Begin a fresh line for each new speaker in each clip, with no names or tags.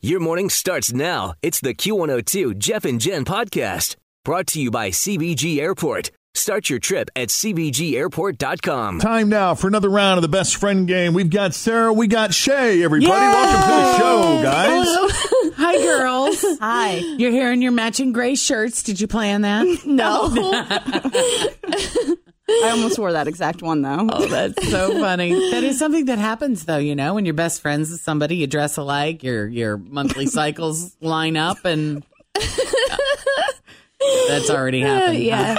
Your morning starts now. It's the Q102 Jeff and Jen podcast brought to you by CBG Airport. Start your trip at CBGAirport.com.
Time now for another round of the best friend game. We've got Sarah, we got Shay, everybody.
Yay!
Welcome to the show, guys. Uh,
Hi, girls.
Hi.
You're here in your matching gray shirts. Did you plan that?
No. I almost wore that exact one though.
Oh, that's so funny. That is something that happens, though. You know, when you're best friends with somebody, you dress alike. Your your monthly cycles line up, and that's already happened.
yeah.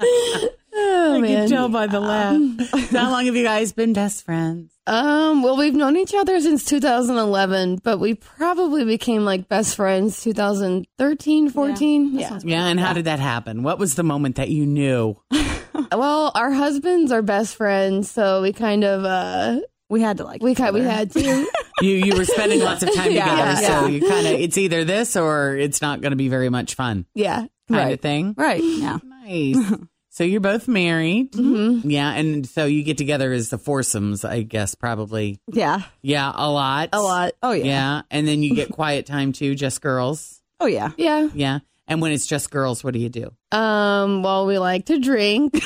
I
man.
can tell by the laugh. How long have you guys been best friends?
Um, well, we've known each other since 2011, but we probably became like best friends 2013, 14. Yeah.
Yeah, and how did that happen? What was the moment that you knew?
Well, our husbands are best friends, so we kind of uh
We had to like.
we
each
kind we
other.
had to.
You you were spending lots of time
Yeah,
together, so
yeah.
you kind of it's either this or it's not going to be very much fun
yeah.
kind
Right.
of thing.
Right. Yeah.
Nice. so you're both married. Yeah. And so you get together as the foursomes, I guess, probably.
Yeah.
Yeah. A lot.
A lot.
Oh
Yeah.
yeah.
And then you get quiet time too, just girls.
Oh yeah.
Yeah.
Yeah. And when it's just girls, what do you do?
Um, well, we like to drink,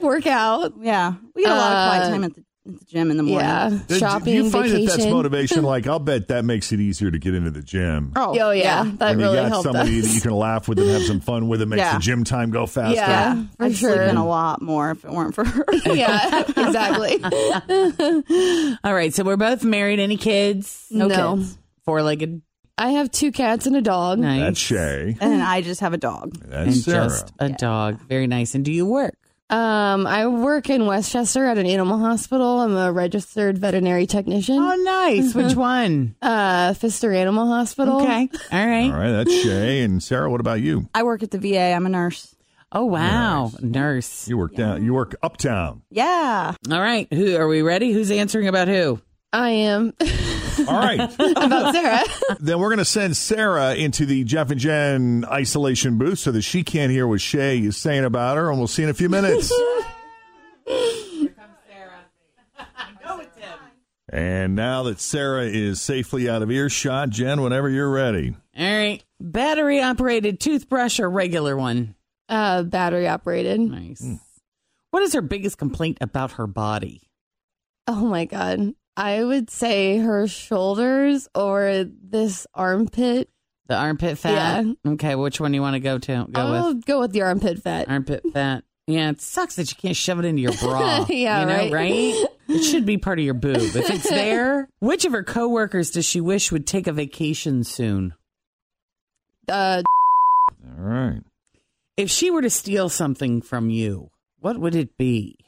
work out,
Yeah. We had a lot of
Uh,
quiet time at the, at the gym in the morning.
yeah,
Did-
shopping,
you find
vacation.
that that's motivation? Like, I'll bet that makes it easier to get into the gym.
Oh
Oh yeah, that
when
really
you got
helped
somebody
us.
that you can laugh with and have some fun with, it makes
Yeah.
the gym time go faster.
Yeah. for
I'd sleep
sure.
in a lot more if it weren't for her.
yeah, exactly.
All right. So we're both married. Any kids?
No.
Four legged.
I have two cats and a dog.
Nice.
That's Shay.
and I just have a dog.
That's
And
Sarah.
just a dog. Very nice. And do you work?
Um, I work in Westchester at an animal hospital. I'm a registered veterinary technician.
Oh, nice. Which one?
uh Fister Animal Hospital.
Okay. All right.
All right, that's Shay. And Sarah, what about you?
I work at the VA. I'm a nurse.
Oh, wow. Nurse.
You work down. You work uptown.
Yeah.
All right. Who are we ready? Who's answering about who?
I am
All right.
about Sarah.
then we're going to send Sarah into the Jeff and Jen isolation booth so that she can't hear what Shay is saying about her, and we'll see in a few minutes. And now that Sarah is safely out of earshot, Jen, whenever you're ready.
All right. Battery operated toothbrush or regular one?
Uh battery operated.
Nice. What is her biggest complaint about her body?
Oh my god. I would say her shoulders or this armpit.
The armpit fat? Okay, which one do you want to go to? Go
I'll
with
go with the armpit fat.
armpit fat. Yeah, it sucks that you can't shove it into your bra.
Yeah,
you know,
right.
It should be part of your boob. If it's there, which of her coworkers does she wish would take a vacation soon?
Uh
All right.
If she were to steal something from you, what would it be?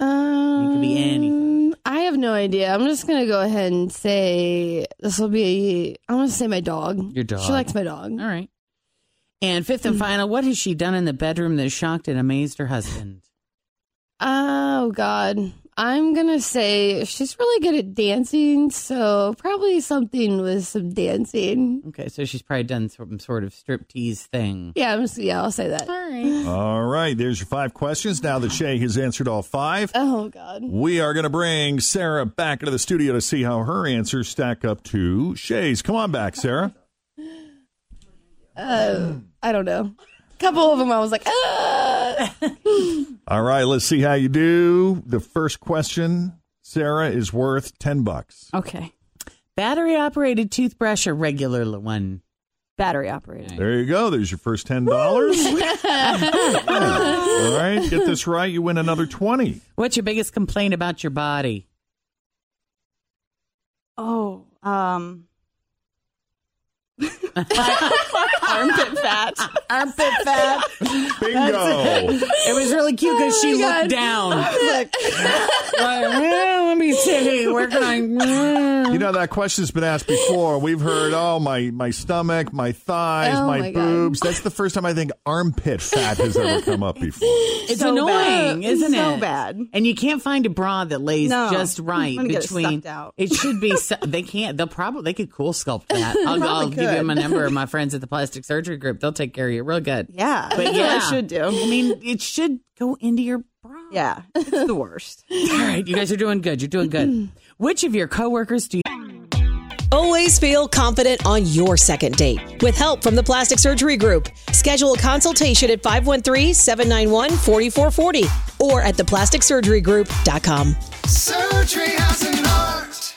um,
could be anything.
I have no idea. I'm just gonna go ahead and say this will be I'm gonna say my dog.
Your dog.
She likes my dog.
All right. And fifth
Hmm.
and final, what has she done in the bedroom that shocked and amazed her husband?
Oh God, I'm gonna say she's really good at dancing, so probably something with some dancing.
Okay, so she's probably done some sort of striptease thing.
Yeah, I'm just, yeah, I'll say that.
All right. There's your five questions. Now that Shay has answered all five,
Oh God,
we are going to bring Sarah back into the studio to see how her answers stack up to Shay's. Come on back, Sarah.
I don't know. A couple of them, I was like, ah!
All right, let's see how you do. The first question, Sarah, is worth 10 bucks.
Okay.
Battery operated toothbrush or regular l- one?
Battery operated.
There you go. There's your first $10. All right, get this right, you win another 20.
What's your biggest complaint about your body?
Oh. Um. armpit fat.
Armpit fat.
Bingo.
It was really cute because
Oh
she looked down. like, well, let me see. Where can I?
You know that question's been asked before. We've heard, oh my, my stomach, my thighs,
Oh,
my,
my God.
boobs. That's the first time I think armpit fat has ever come up before.
It's
So
annoying,
bad.
isn't
So
it?
bad.
And you can't find a bra that lays
No.
just right
I'm gonna get it
between.
sucked out.
It should be. su- they can't. They'll probably. They could cool sculpt that. I'll, I'll
probably
give you
could.
my number. My friends at the plastic surgery group. They'll take care of you real good.
Yeah.
But
that's
yeah,
what I should do.
I mean, it should go into your bra.
Yeah. It's the worst.
All right, you guys are doing good. You're doing good. Which of your coworkers do you?
Always feel confident on your second date with help from the Plastic Surgery Group. Schedule a consultation at 513 791 4440 or at theplasticsurgerygroup.com.
Surgery has an art.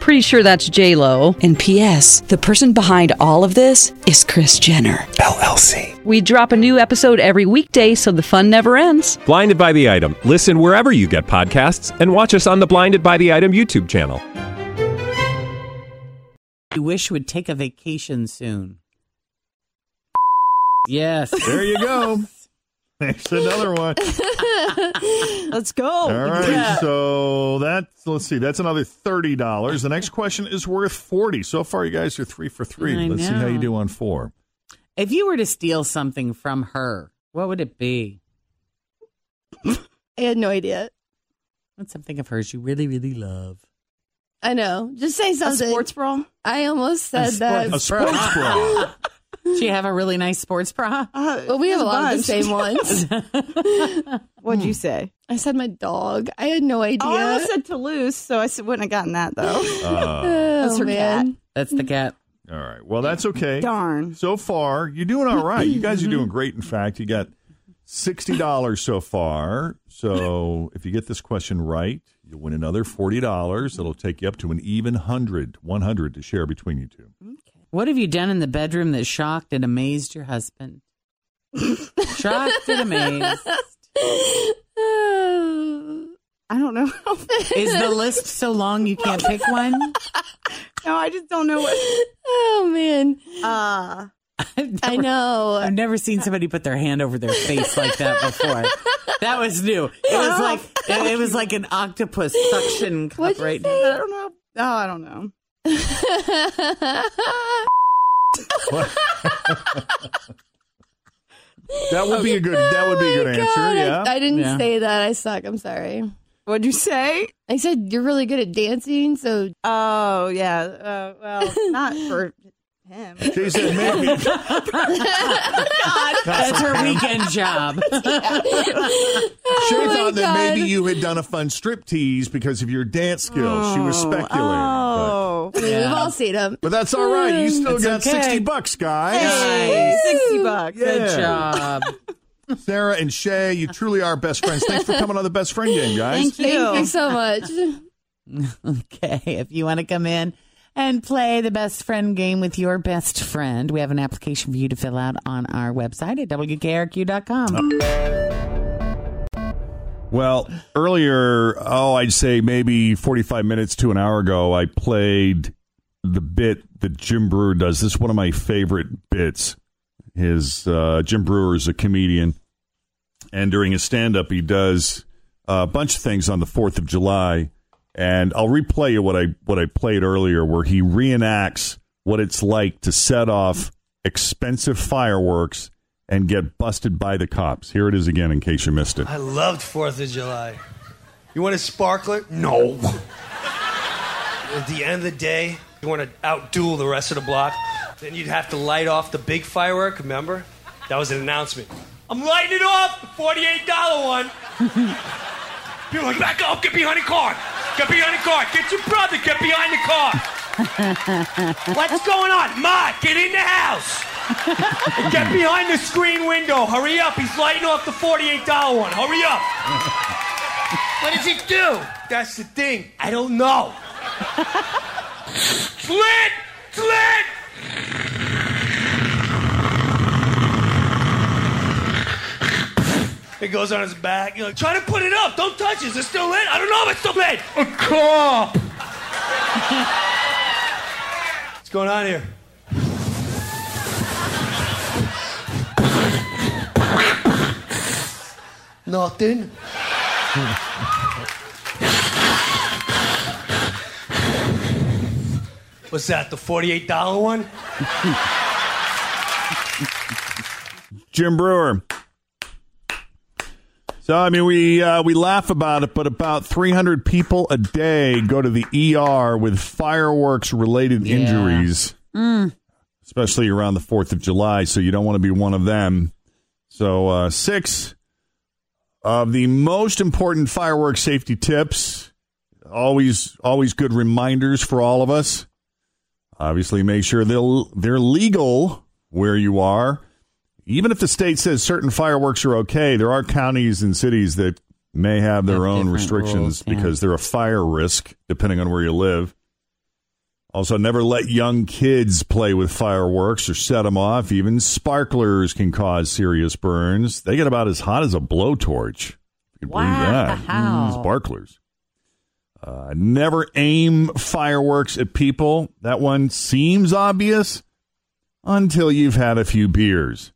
Pretty sure that's J Lo.
And P.S. The person behind all of this is Chris Jenner.
LLC.
We drop a new episode every weekday, so the fun never ends.
Blinded by the item. Listen wherever you get podcasts, and watch us on the Blinded by the Item YouTube channel.
you wish would take a vacation soon? Yes.
There you go. There's another one.
Let's
Oh,
All
go.
right. So that's let's see. That's another thirty dollars. The next question is worth forty. So far, you guys are three for three.
I
let's see how you
know.
do on four.
If you were to steal something from her, what would it be?
I had no idea.
What's something of hers you really, really love?
I know. Just say
A
something.
sports bra?
I almost
A
said that.
A sports bra.
Do you have a really nice sports bra?
Uh,
Well, we have a lot of the
bunch.
same ones.
What'd you say?
I said my dog. I had no idea.
Oh, I almost said Toulouse, so I s- wouldn't have gotten that though.
Uh,
Oh,
That's her
man.
That's the cat.
all right. Well, that's okay.
Darn.
So far, you're doing all right. You guys are doing great. In fact, you got sixty dollars so far. So if you get this question right, you'll win another forty dollars. It'll take you up to an even hundred, one hundred to share between you two.
What have you done in the bedroom that shocked and amazed your husband? shocked and amazed.
Oh.
I don't know.
Is the list so long you can't pick one?
no, I just don't know what.
Oh man,
Uh,
I've
I
never-
know.
I've never seen somebody put their hand over their face like that before. That was new. It was like it, it was like an octopus suction cup
What'd you
right
I don't know. Oh, I don't know.
That would be a good. That would be a
Oh,
good answer.
God,
Yeah.
I, I didn't
Yeah.
say that. I suck. I'm sorry.
What'd you say?
I said you're really good at dancing, so
Oh yeah. Uh, well, not for him.
She said maybe.
That's her weekend job.
She
my
thought that
God.
maybe you had done a fun strip tease because of your dance skills. she was speculating. But,
Oh,
I mean, we've all seen them.
but that's all right. You still
It's
got
okay.
60 bucks, guys.
Hey, sixty bucks.
Good
Yeah.
job.
Sarah and Shay, you truly are best friends. Thanks for coming on the best friend game, guys.
Thank
Thank you
you.
so much.
Okay, if you want to come in and play the best friend game with your best friend, we have an application for you to fill out on our website at wkrq.com.
Well, earlier, oh, I'd say maybe 45 minutes to an hour ago, I played the bit that Jim Brewer does. This is one of my favorite bits. His uh, Jim Brewer is a comedian, and during his stand up, he does a bunch of things on the 4th of July. And I'll replay you what I what I played earlier, where he reenacts what it's like to set off expensive fireworks and get busted by the cops. Here it is again, in case you missed it.
I loved 4th of July. You want a sparkler? No. At the end of the day, you want to outduel the rest of the block. Then you'd have to light off the big firework, remember? That was an announcement. I'm lighting it off, the $48 one. People are like, back up, get behind the car. Get behind the car. Get your brother, get behind the car. What's going on? Ma, get in the house. Get behind the screen window. Hurry up. He's lighting off the $48 one. Hurry up. what does it do? That's the thing. I don't know. Slit! Slit! It goes on his back. You're like, try to put it up. Don't touch it. Is it still lit? I don't know if it's still lit. A cop. What's going on here? Nothing. What's that? The forty-eight dollar one?
Jim Brewer. So I mean, we uh, we laugh about it, but about 300 people a day go to the ER with fireworks related
Yeah.
injuries, especially around the Fourth of July. So you don't want to be one of them. So uh, six of the most important fireworks safety tips. Always, always good reminders for all of us. Obviously, make sure they'll they're legal where you are even if the state says certain fireworks are okay, there are counties and cities that may have their
Have
own
different
restrictions
rules, yeah.
because they're a fire risk, depending on where you live. Also, never let young kids play with fireworks or set them off. Even sparklers can cause serious burns. They get about as hot as a blowtorch. You can believe that.
Wow.
Mm, Sparklers. Uh, never aim fireworks at people. That one seems obvious until you've had a few beers.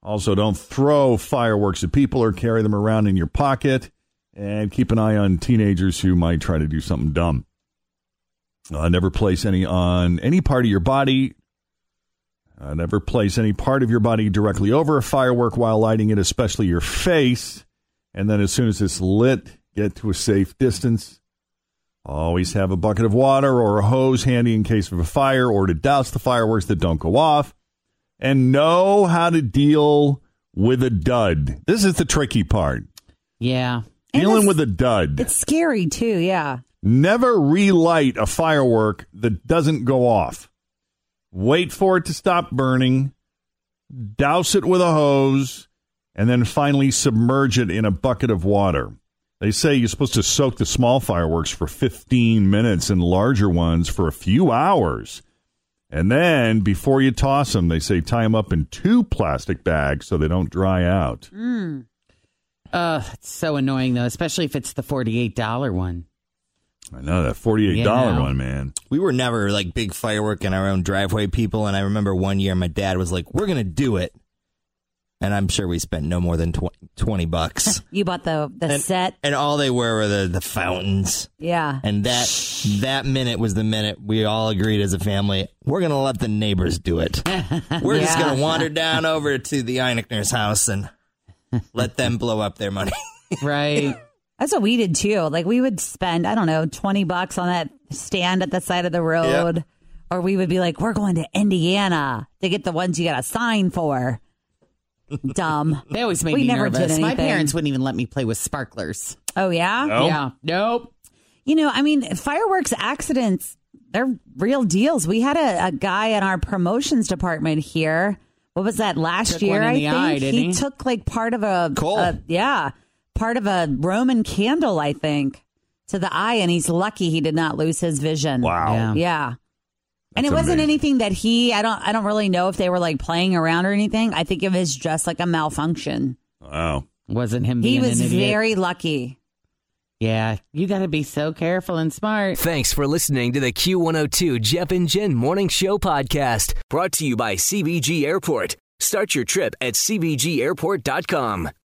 Also, don't throw fireworks at people or carry them around in your pocket. And keep an eye on teenagers who might try to do something dumb. Uh, never place any on any part of your body. Uh, never place any part of your body directly over a firework while lighting it, especially your face. And then, as soon as it's lit, get to a safe distance. Always have a bucket of water or a hose handy in case of a fire or to douse the fireworks that don't go off and know how to deal with a dud. This is the tricky part.
Yeah.
And
Dealing
it's-
with a dud.
It's scary too, yeah.
Never relight a firework that doesn't go off. Wait for it to stop burning, douse it with a hose, and then finally submerge it in a bucket of water. They say you're supposed to soak the small fireworks for 15 minutes and larger ones for a few hours. And then before you toss them, they say tie them up in two plastic bags so they don't dry out.
Uh, it's so annoying though, especially if it's the forty-eight dollar one.
I know that $48
Yeah.
one, man.
We were never like big firework in our own driveway people. And I remember one year my dad was like, we're going to do it. And I'm sure we spent no more than tw- 20 bucks.
You bought the the
and,
set.
And all they were were the, the fountains.
Yeah.
And that that minute was the minute we all agreed as a family, we're going to let the neighbors do it. We're just
Yeah.
going to wander down over to the Eichner's house and let them blow up their money.
Right.
That's what we did too. Like we would spend, I don't know, 20 bucks on that stand at the side of the road. Or we would be like, we're going to Indiana to get the ones you got to sign for. Dumb.
They always made
We
me
never did
nervous. My
anything.
parents wouldn't even let me play with sparklers.
Oh, yeah?
Yeah. Nope.
You know, I mean, fireworks accidents, they're real deals. We had a, a guy in our promotions department here. What was that last
Took
year?
one in
I
the
think
eye, didn't he?
took like part of a,
Coal.
a- yeah, part of a Roman candle, I think, to the eye, and he's lucky he did not lose his vision.
Wow.
Yeah.
Yeah. and it
That's
wasn't
amazing.
anything that he I don't I don't really know if they were like playing around or anything. I think it was just like a malfunction.
Wow.
Wasn't him.
he
being an
was
idiot.
very lucky.
Yeah. You got to be so careful and smart.
Thanks for listening to the Q102 Jeff and Jen Morning Show podcast, brought to you by CBG Airport. Start your trip at CBGAirport.com.